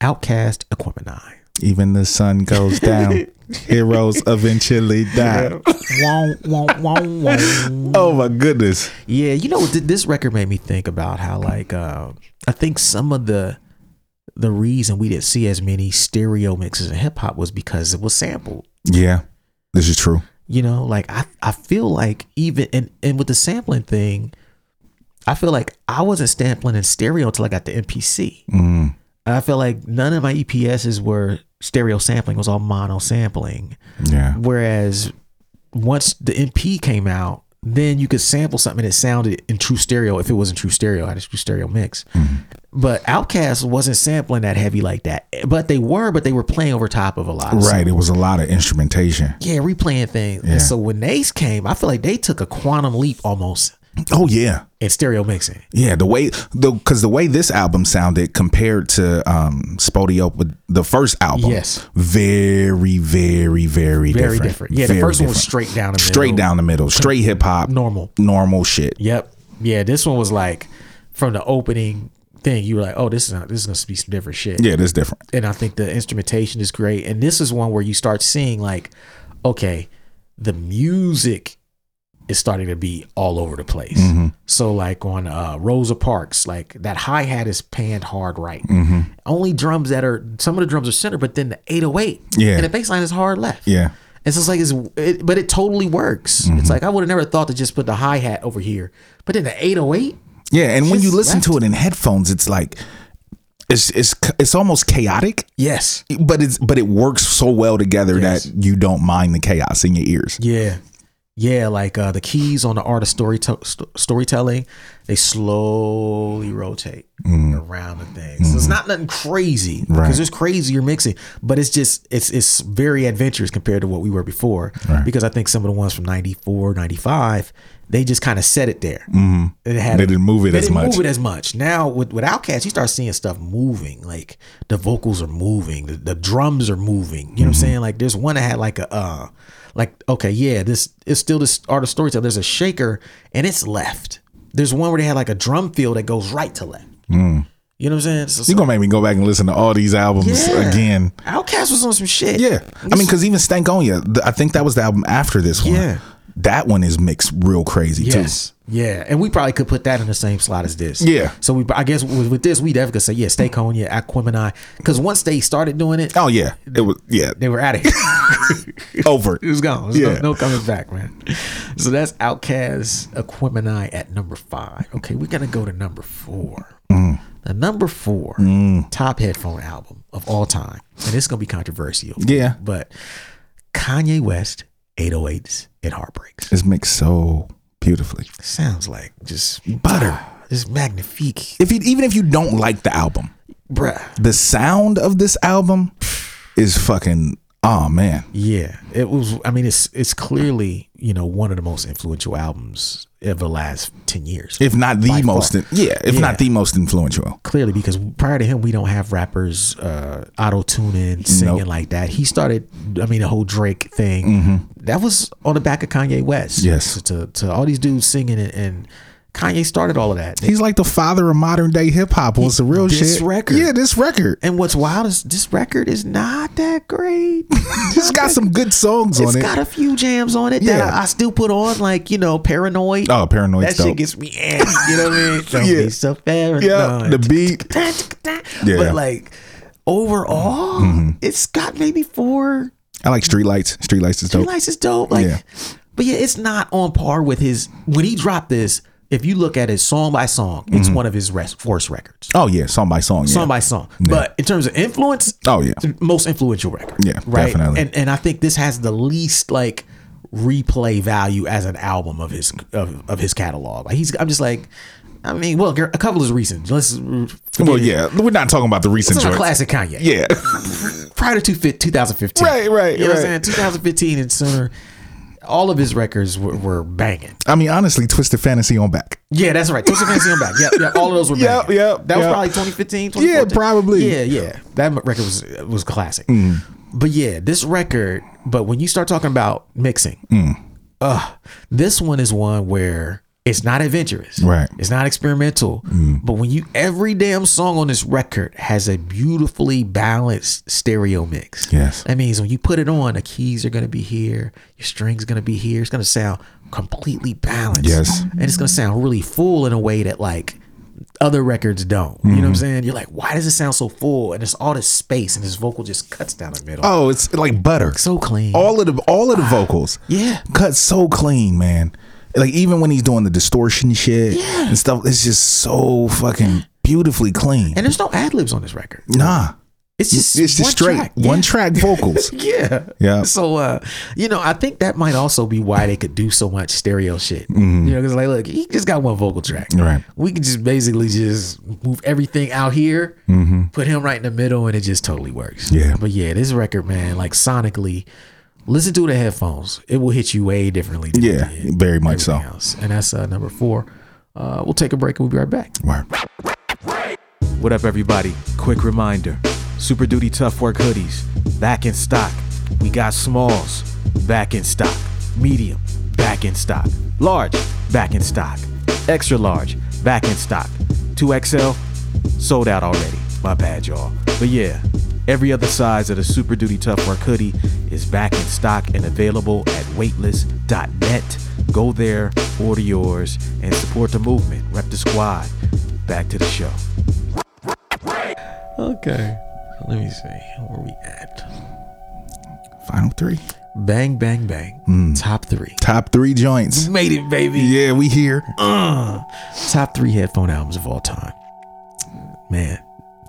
Outcast Aquemini. even the sun *laughs* goes down. Heroes eventually die. Wong, wong, wong, wong. Oh my goodness. Yeah, you know what? th- This record made me think about how, like, uh, I think some of the the reason we didn't see as many stereo mixes in hip hop was because it was sampled. Yeah, this is true. You know, like I, I feel like even and, and with the sampling thing, I feel like I wasn't sampling in stereo until I got the MPC. Mm. I feel like none of my EPSs were stereo sampling; it was all mono sampling. Yeah, Whereas once the MP came out, then you could sample something that sounded in true stereo if it wasn't true stereo. I had a true stereo mix. Mm-hmm. But Outkast wasn't sampling that heavy like that. But they were, but they were playing over top of a lot. Of right. It was a lot of instrumentation. yeah, replaying things. Yeah. And so when Ace came, I feel like they took a quantum leap almost Oh yeah, in stereo mixing. Yeah, the way the because the way this album sounded compared to um Spodio with the first album, Yes. very, very, very, Very different. different. Yeah, the Very first one was different. straight down the middle. straight down the middle, straight hip hop, Normal. normal shit. Yep. Yeah, this one was like from the opening thing, you were like, oh, this is not, this is going to be some different shit. Yeah, that's different. and I think the instrumentation is great. And this is one where you start seeing like, okay, the music is starting to be all over the place. Mm-hmm. So like on uh, Rosa Parks, like that hi hat is panned hard right. Mm-hmm. Only drums that are some of the drums are center, but then the 808 Yeah. and the bass line is hard left. Yeah, And so it's like it's it, but it totally works. Mm-hmm. It's like I would have never thought to just put the hi hat over here, but then the 808. yeah. And when you Just listen to left. it in headphones, it's like it's it's it's almost chaotic, Yes. but it's but it works so well together Yes. that you don't mind the chaos in your ears. Yeah. Yeah, like uh, the keys on the art of story st- storytelling, they slowly rotate around the thing. So it's not nothing crazy because Mm. Mm-hmm. Right. there's crazier mixing, but it's just it's it's very adventurous compared to what we were before. Because I think some of the ones from 94, 95, they just kind of set it there. Mm-hmm. It had They didn't move it they as didn't much. Move it as much. Now with with Outkast, you start seeing stuff moving. Like the vocals are moving, the, the drums are moving. You know what Mm-hmm. I'm saying? Like there's one that had like a uh like okay, yeah, this it's still this art of storytelling. There's a shaker and it's left. There's one where they had like a drum fill that goes right to left. Mm. You know what I'm saying? So, You're gonna make me go back and listen to all these albums yeah. again. Outkast was on some shit. Yeah, I mean, because even Stankonia, th- I think that was the album after this one. Yeah. that one is mixed real crazy Yes. Yeah, and we probably could put that in the same slot as this. Yeah. So we, I guess, with, with this, we definitely could say, yeah, Stay Conia, Aquemini, because once they started doing it, too. Oh yeah, it was yeah they were out of here. over. It was gone. There's Yeah. no, no coming back, man. So that's Outcast Aquemini at number five. Okay, we're gonna go to number four. Mm. The number four top headphone album of all time, and it's gonna be controversial. Yeah. but Kanye West 808s and Heartbreaks It's mixed so beautifully. sounds like just Butter. just magnifique, If you even if you don't like the album, bruh. the sound of this album is fucking oh man. Yeah, it was. I mean, it's it's clearly you know one of the most influential albums of the last ten years. If not the By far. most, yeah. If Yeah. not the most influential, clearly because prior to him we don't have rappers uh auto tuning singing Nope. Mm-hmm. like that he started i mean the whole drake thing that was on the back of kanye west Yes. to, to all these dudes singing and, and kanye started all of that he's like the father of modern day hip hop. Was the real This shit. record. yeah. This record. and what's wild is this record is not that great It's got some good songs It's on it. got a few jams on it that Yeah. I, I still put on like you know paranoid oh, paranoid. that shit gets me amped, you know what *laughs* I mean? Don't Yeah. be so paranoid. yeah, the beat. Yeah. Mm-hmm. But like overall, it's got maybe four. I like Streetlights. Streetlights is dope. Lights is dope. Like, Yeah. but yeah, it's not on par with his when he dropped this. If you look at it song by song, it's one of his rest, force records, Oh Mm-hmm. yeah, song by song. Yeah. song by song. But in terms of influence, Oh, yeah. it's the most influential record. Yeah, right. definitely. And and I think this has the least like replay value as an album of his of, of his catalog. Like he's, I'm just like, I mean, well, a couple of reasons. Let's well, yeah, we're not talking about the recent It's not a joints. classic Kanye. Yeah, *laughs* prior to two fif- 2015. Right, right, You know what I'm right. saying? 2015 and sooner. all of his records were, were banging. I mean, honestly, Twisted Fantasy on back. Yeah, that's right. Twisted Fantasy on back. Yeah, yeah. All of those were Yep, banging. yep, That was yep. probably 2015, Yeah, 2014. probably. Mm. Yeah, yeah. That m- record was was classic. But yeah, this record. But when you start talking about mixing, Mm. uh, this one is one where it's not adventurous. Right. Mm. It's not experimental. But when you every damn song on this record has a beautifully balanced stereo mix. Yes. That means when you put it on, the keys are gonna be here, your strings gonna be here. It's gonna sound completely balanced. Yes. And it's gonna sound really full in a way that like other records don't. You know Mm-hmm. what I'm saying? You're like, why does it sound so full? And it's all this space and this vocal just cuts down the middle. Oh, it's like butter. so clean. all of the all of the vocals. Ah, Yeah. cut so clean, man. Like even when he's doing the distortion shit and stuff, it's just so fucking beautifully clean. and there's no ad libs on this record. nah, It's just it's just one straight track. one Yeah. track *laughs* vocals. Yeah. Yeah. So uh, you know, I think that might also be why they could do so much stereo shit. You know, because like, look, he just got one vocal track. Mm-hmm. Right. We could just basically just move everything out here, put him right in the middle, and it just totally works. Mm-hmm. Yeah. But yeah, this record, man, like sonically, listen to the headphones. It will hit you way differently. Than Yeah, it did very much so. everything else. And that's uh, number four. Uh, we'll take a break and we'll be right back. Word. What up, everybody? Quick reminder Super Duty Tough Work hoodies, back in stock. We got smalls, back in stock. Medium, back in stock. Large, back in stock. Extra large, back in stock. 2XL, sold out already. My bad, y'all. But yeah, every other size of the Super Duty Tough Work hoodie is back in stock and available at weightless.net. Go there, order yours, and support the movement. Rep the squad. Back to the show. Okay. Let me see. Where we at? Final three, Bang, bang, bang. Top three. top three joints. Made it, baby. Mm. Uh. Yeah, we here. Top three headphone albums of all time. Man,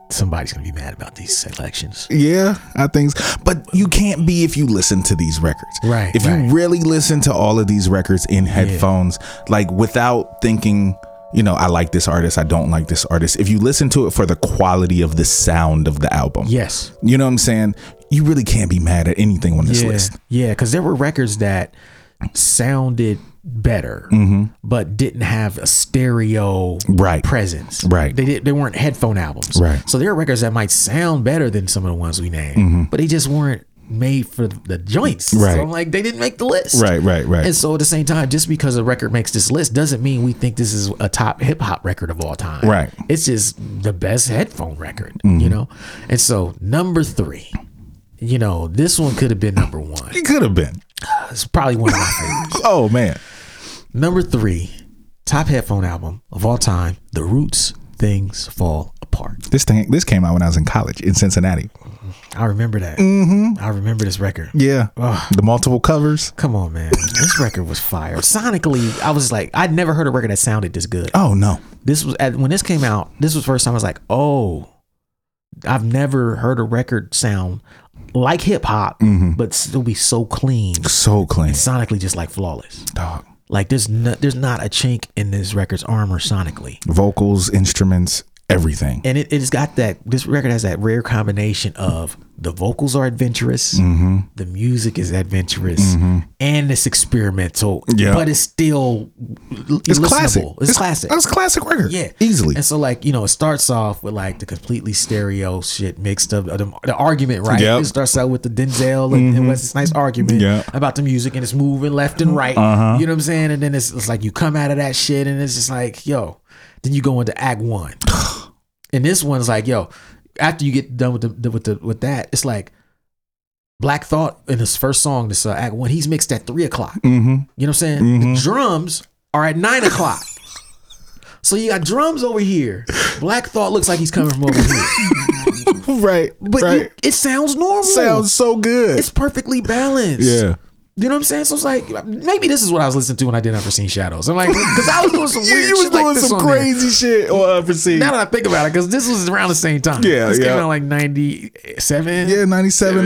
somebody's gonna be mad about these selections. Yeah, I think. s- But you can't be if you listen to these records. Right, If right. you really listen to all of these records in headphones, like without thinking, you know, I like this artist, I don't like this artist. If you listen to it for the quality of the sound of the album, Yes. you know what I'm saying? You really can't be mad at anything on this Yeah. list. Yeah, because there were records that sounded better, but didn't have a stereo Mm-hmm. Right. presence. Right. They did, they weren't headphone albums. Right. So there are records that might sound better than some of the ones we named, but they just weren't made for the joints. Mm-hmm. Right. So I'm like, they didn't make the list. Right, right, right. And so at the same time, just because a record makes this list doesn't mean we think this is a top hip hop record of all time. Right. It's just the best headphone record, you know? And so number three, you know, this one could have been number one. It could have been. It's probably one of my *laughs* favorites. Oh man. Number three, top headphone album of all time, The Roots, Things Fall Apart. This thing this came out when I was in college in Cincinnati. I remember that. I remember this record. Yeah. The multiple covers. Come on, man. This record was fire. Sonically, I was like, I'd never heard a record that sounded this good. Oh no. This was at, when this came out. This was the first time I was like, oh, I've never heard a record sound like hip hop, Mm-hmm. but still be so clean, So clean. sonically just like flawless. Dog. Like there's no, there's not a chink in this record's armor sonically. Vocals, instruments, everything. and it, it's got that this record has that rare combination of the vocals are adventurous Mm-hmm. the music is adventurous and it's experimental Yeah. but it's still It's listenable. classic. it's, classic It's a classic record. yeah Easily. and so like you know it starts off with like the completely stereo shit mixed up the, the argument right Yep. it starts out with the denzel and, and wes nice argument Mm-hmm. Yeah. Uh-huh. about the music and it's moving left and right you know what i'm saying and then it's, it's like you come out of that shit and it's just like yo then you go into act *sighs* one and this one's like yo after you get done with the, the with the with that it's like Black Thought in his first song, this uh, Act One, he's mixed at three o'clock. Mm-hmm. You know what I'm saying? The drums are at nine o'clock. So you got drums over here. Black Thought looks like he's coming from over *laughs* here, *laughs* right. but you- right. it sounds normal. sounds so good. it's perfectly balanced. yeah. You know what I'm saying? So it's like maybe this is what I was listening to when I did Unforeseen Shadows. I'm like, because I was doing some *laughs* You, weird, was shit doing like this some on there. crazy shit on Unforeseen. Now that I think about it, because this was around the same time. Yeah, this came yeah. out like '97. yeah, 97,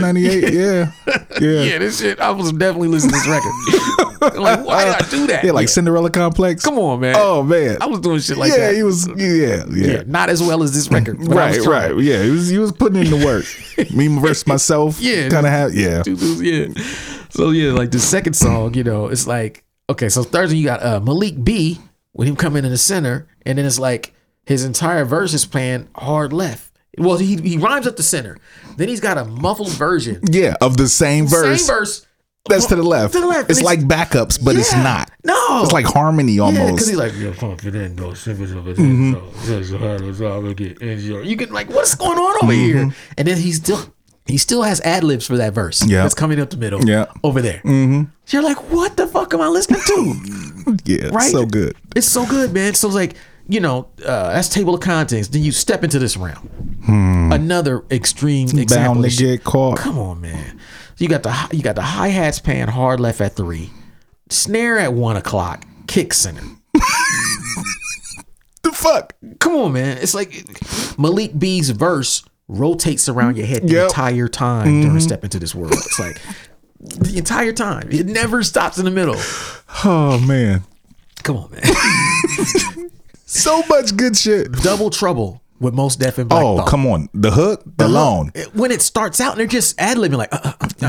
*laughs* 98. Yeah. Yeah. yeah, this shit. I was definitely listening to this *laughs* record. I'm like, why did I do that? Yeah, like Cinderella Complex. come on, man. Oh, man. I was doing shit like yeah, that. he was. Yeah, yeah. yeah, not as well as this record. but I Right, was trying. *laughs* right. Yeah, he was, he was putting in the work. Me versus myself. Yeah. Kind of have. Yeah. Dude, dude, yeah. so yeah, like the second song, you know, it's like okay, so Thursday you got uh, Malik B with him coming in the center, and then it's like his entire verse is playing hard left. Well, he he rhymes up the center, then he's got a muffled version, Yeah, of the same verse. same verse. That's to the left. To the left. It's And like backups, but it's Yeah. not. No, It's like harmony Yeah, because almost. he's like, you're confident, though. Mm-hmm. You can like, what's going on over Mm-hmm. here? And then he still he still has ad libs for that verse. Yeah. that's coming up the middle. Yeah. Mm-hmm. over there. You're like, what the fuck am I listening *laughs* to? yeah, it's right? so good. it's so good, man. So like, you know, uh, that's table of contents. Then you step into this round. Another extreme example. Hmm. Bound of to shit. get caught. Come on, man. You got the hi- you got the hi hats paying hard left at three, snare at one o'clock, kick center. The fuck? Come on, man. It's like Malik B's verse rotates around your head the Yep. Mm-hmm. entire time during Step Into This World. It's like the entire time. It never stops in the middle. Oh man. Come on, man. *laughs* So much good shit. Double trouble with most deaf and black. Oh, Thought. come on. The hook *laughs* alone. It- When it starts out and they're just ad libbing, like, uh, uh, uh,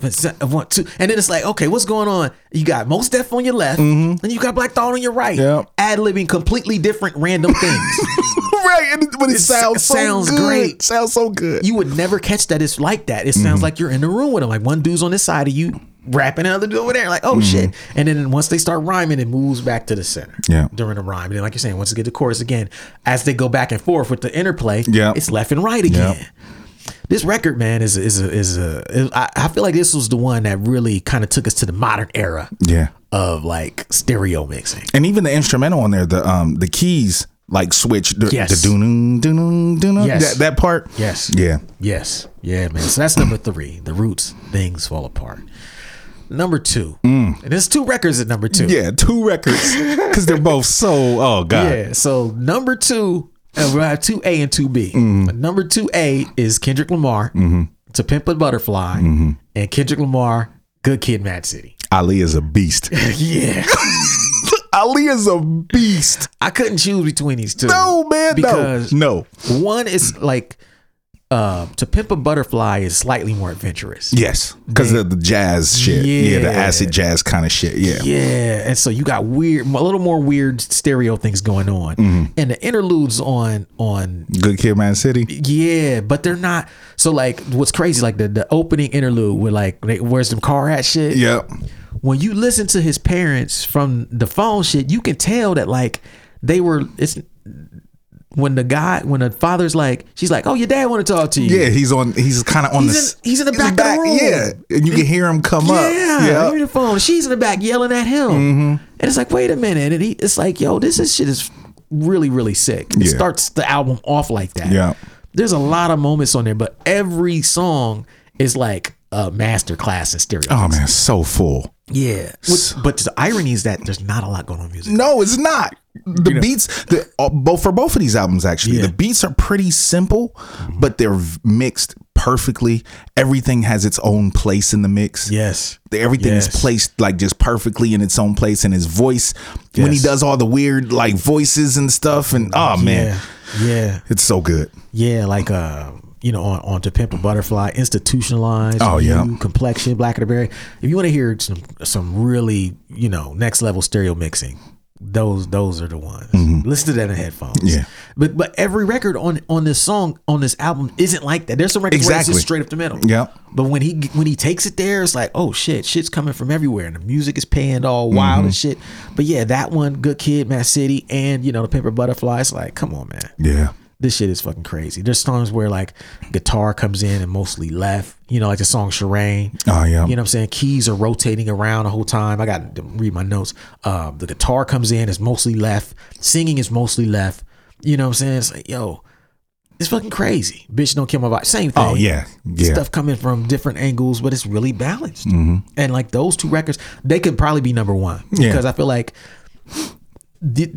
Yep. uh, one, two. And then it's like, okay, what's going on? You got most deaf on your left, and you got black thought on your right. Mm-hmm. Yep. Ad libbing completely different random things. *laughs* right. And, it- but it, sounds so sounds good. great. Sounds so good. you would never catch that it's like that. It Mm-hmm. sounds like you're in the room with them. Like one dude's on this side of you rapping, another dude over there. Like, Mm-hmm. oh shit. And then once they start rhyming, it moves back to the center. Yeah. During the rhyme. And then like you're saying, once they get the chorus again, as they go back and forth with the interplay, Yeah. it's left and right again. This record, man, is is a, is a is- I I feel like this was the one that really kind of took us to the modern era yeah. of like stereo mixing. And even the instrumental on there, the um the keys like switch the, Yes. the doo doo doo Yes. that, that part. Yes. Yeah. Yes. Yeah, man. So that's number three. The roots, things fall apart. Number two. And there's two records at number two. Mm. Yeah, two records cuz they're both so oh god. Yeah, So number two, uh, we have two A and two B. Mm-hmm. But Number two A is Kendrick Lamar to Pimp a Butterfly Mm-hmm. and Kendrick Lamar, Good Kid, Mad *laughs* City. Ali is a beast. Yeah. Ali is a beast. I couldn't choose between these two. No, man, Because- no. No. One is like uh, to Pimp a Butterfly is slightly more adventurous. Yes. Cuz of the jazz shit. Yeah, the Yeah. acid jazz kind of shit. Yeah. Yeah, and so you got weird, a little more weird stereo things going on, Mm-hmm. and the interludes on on Good Kid Man City. yeah, but they're not. So like, what's crazy? Like the the opening interlude with like they, where's them car at shit. Yep. When you listen to his parents from the phone shit, you can tell that like they were. It's when the guy when the father's like she's like, oh your dad want to talk to you. Yeah, he's on. He's kind of on He's the. in- s- he's in the back of the room. Yeah, and you can hear him come Yeah, up. Yeah, Mm-hmm. give me the phone. She's in the back yelling at him, and it's like, wait a minute. And he, it's like, yo, this is shit is really, really sick. It Yeah. starts the album off like that. Yeah. there's a lot of moments on there, but every song is like a master class in stereo. Oh man, so full. Yeah, Which- but the irony is that there's not a lot going on in music. No, it's not. The beats, the uh, both for both of these albums actually, Yeah. the beats are pretty simple, but they're v- mixed perfectly. Everything has its own place in the mix. Yes, The- Everything is Yes. placed like just perfectly in its own place, and his voice when he Yes. does all the weird like voices and stuff, and oh man, yeah, yeah, it's so good. yeah. Like uh, you know, on, on to pimp a butterfly, institutionalized. Oh, yeah. Hue, complexion, black of the berry. If you want to hear some some really you know next level stereo mixing, those those are the ones. Listen to that in headphones. Mm-hmm. Yeah. but but every record on on this song on this album isn't like that. There's some records where it's Exactly. just straight up the middle. Yep. But when he when he takes it there, it's like, oh shit, shit's coming from everywhere, and the music is panned Mm-hmm. all wild and shit. But yeah, that one, Good Kid, Mad City, and you know the Paper Butterfly. It's like, come on, man, Yeah, this shit is fucking crazy. There's songs where like guitar comes in and mostly left. You know, like the song Shireen. oh yeah, You know what I'm saying? Keys are rotating around the whole time. I got to read my notes. Um, the guitar comes in, it's mostly left. Singing is mostly left. You know what I'm saying? It's like, yo, it's fucking crazy. Bitch don't kill my vibe. Same thing. oh yeah, yeah. Mm-hmm. Stuff coming from different angles, but it's really balanced. And like those two records, they could probably be number one Yeah. because I feel like the,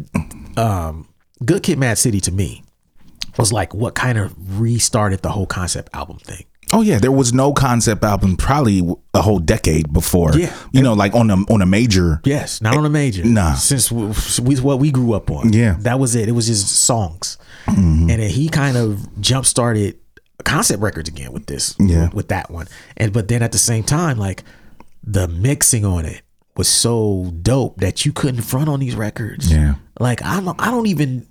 um, Good Kid, Mad City to me was like what kind of restarted the whole concept album thing. Oh yeah, there was no concept album probably a whole decade before. Yeah. you know, like on a on a major. Yes, not on a major. Nah. since w- s- we, what we grew up on. Yeah. Mm-hmm. that was it. It was just songs, and then he kind of jump started concept records again with this. Yeah. with that one, and but then at the same time, like the mixing on it was so dope that you couldn't front on these records. Yeah. Like I don't I don't even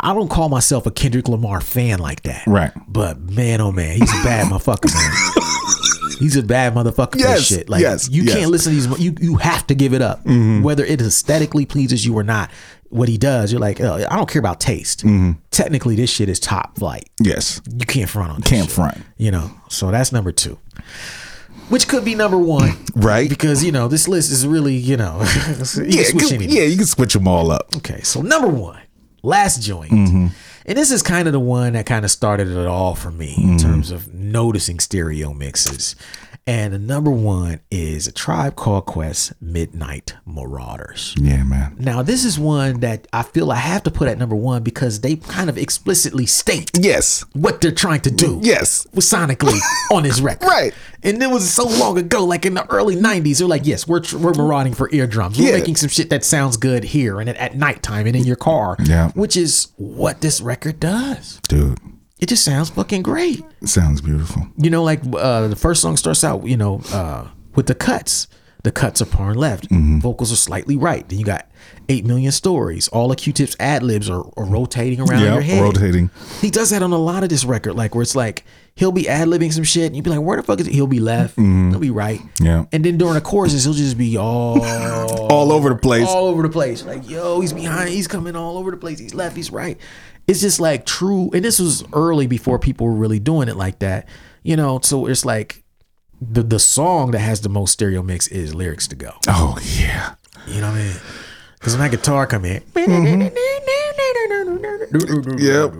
I don't call myself a Kendrick Lamar fan like that. Right. But man oh man, he's a bad *laughs* motherfucker man. He's a bad motherfucker for Yes, this shit. Like yes, you yes. Mm-hmm. can't listen to these you you have to give it up. Whether it aesthetically pleases you or not, what he does, you're like, oh, I don't care about taste. Mm-hmm. Technically this shit is top flight. Yes. You can't front on this Can't shit, front. You know. So that's number 2. Which could be number 1 Right. because you know this list is really you know *laughs* you yeah, can switch you- anything. yeah, you can switch them all up. Okay, so number one, last joint, and this is kind of the one that kind of started it all for me in terms of noticing stereo mixes. And the number one is a tribe called Quest Midnight Marauders. Yeah, man. Now, this is one that I feel I have to put at number one because they kind of explicitly state Yes. what they're trying to do. Yes. was *laughs* sonically on his record. Right. And it was so long ago, like in the early 90s, they're like, yes, we're, tr- we're marauding for eardrums. We're Yeah. making some shit that sounds good here and at, at nighttime and in your car. Yeah. Which is what this record does. Dude, It just sounds fucking great. sounds beautiful. You know, like uh, the first song starts out, you know, uh, with the cuts. The cuts are par and left. Mm-hmm. Vocals are slightly right. Then you got 8 million stories. All the Q-tips ad libs are, are rotating around your Yeah, head. rotating. He does that on a lot of this record, like where it's like he'll be ad libbing some shit, and you'll be like, "Where the fuck is?" It? He'll be left, he'll be right, Mm-hmm. Yeah. And then during the choruses, he'll just be *laughs* all All over the place. all over the place. Like, yo, he's behind, he's coming all over the place. He's left, he's right. It's just like true. And this was early before people were really doing it like that, you know. So it's like the the song that has the most stereo mix is lyrics to go. Oh yeah. You know what I mean? Because when that guitar come in, *laughs* Mm-hmm. Yep.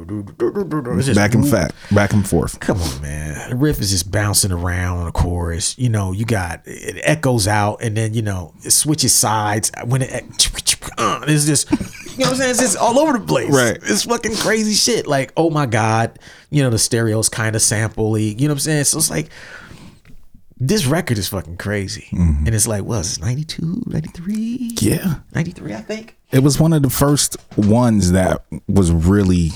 it's just Back and fact. Back and forth. Come on, man. The riff is just bouncing around on the chorus. You know, you got it echoes out and then, you know, it switches sides. When it uh, it's just you know what I'm saying? It's just all over the place. Right. It's fucking crazy shit. Like, oh my God. You know, the stereo's kind of sample You know what I'm saying? So it's like this record is fucking crazy. And it's like, well, it's 92, 93, Mm-hmm. Yeah. 93, I think. It was one of the first ones that was really,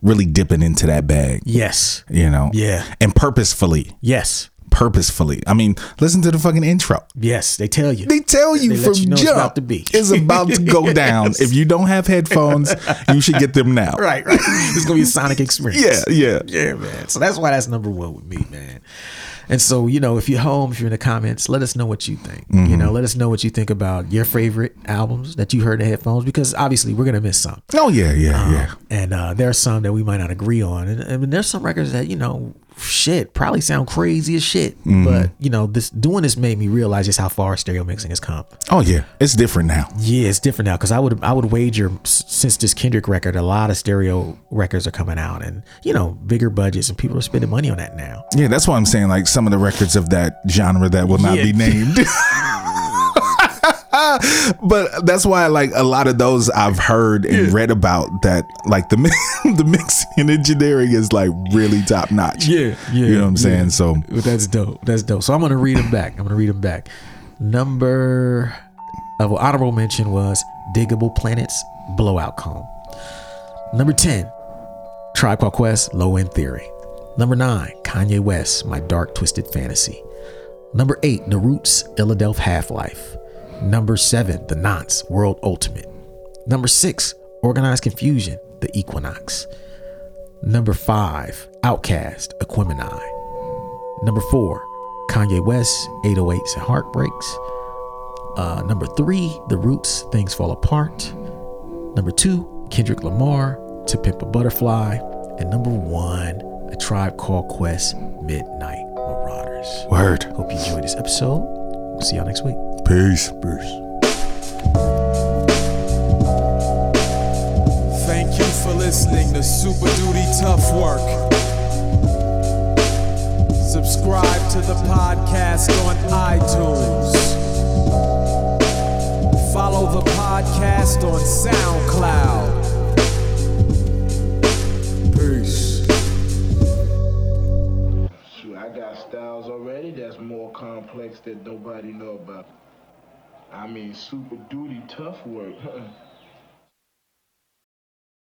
really dipping into that bag. Yes. You know? Yeah. And purposefully. Yes. Purposefully. I mean, listen to the fucking intro. Yes. They tell you. They tell you They let from you know it's jump about to be. it's about *laughs* to go down. If you don't have headphones, you should get them now. *laughs* right, right. It's gonna be a *laughs* sonic experience. Yeah, yeah. Yeah, man. So that's why that's number one with me, man. And so, you know, if you're home, if you're in the comments, let us know what you think. You know, let us know what you think about your favorite albums that you heard in headphones, because obviously we're gonna miss some. Oh yeah, yeah, yeah. And uh, there are some that we might not agree on. And I mean there's some records that, you know, shit, probably sound crazy as shit. But, you know, this doing this made me realize just how far stereo mixing has come. Oh yeah. It's different now. Yeah, it's different now because I would I would wager s- since this Kendrick record, a lot of stereo records are coming out, and you know bigger budgets, and people are spending money on that now. Yeah, that's why I'm saying like some of the records of that genre that will not Yeah. be named. but that's why like a lot of those I've heard and read about that like the mi- *laughs* the mixing engineering is like really top notch. You know what I'm saying? So But that's dope. That's dope. So I'm gonna read them back. I'm gonna read them back. Number of honorable mention was Diggable Planets Blowout Comb. Number ten, Tribe Called Quest Low End Theory. Number nine, Kanye West My Dark Twisted Fantasy. Number eight, The Roots Illadelph Half Life. Number seven, The Nonce World Ultimate. Number six, Organized Confusion The Equinox. Number five, Outcast Equimini. Number four, Kanye West, 808s and Heartbreaks. Uh, number three, The Roots, Things Fall Apart. Number two, Kendrick Lamar, To Pimp a Butterfly. And number one, A Tribe Called Quest, Midnight Marauders. word. Hope you enjoyed this episode. We'll see y'all next week. Peace. Peace. Thank you for listening to Super Duty Tough Work. Subscribe to the podcast on iTunes. Follow the podcast on SoundCloud. Peace. Shoot, I got styles already that's more complex that nobody know about. I mean, super duty tough work. *laughs*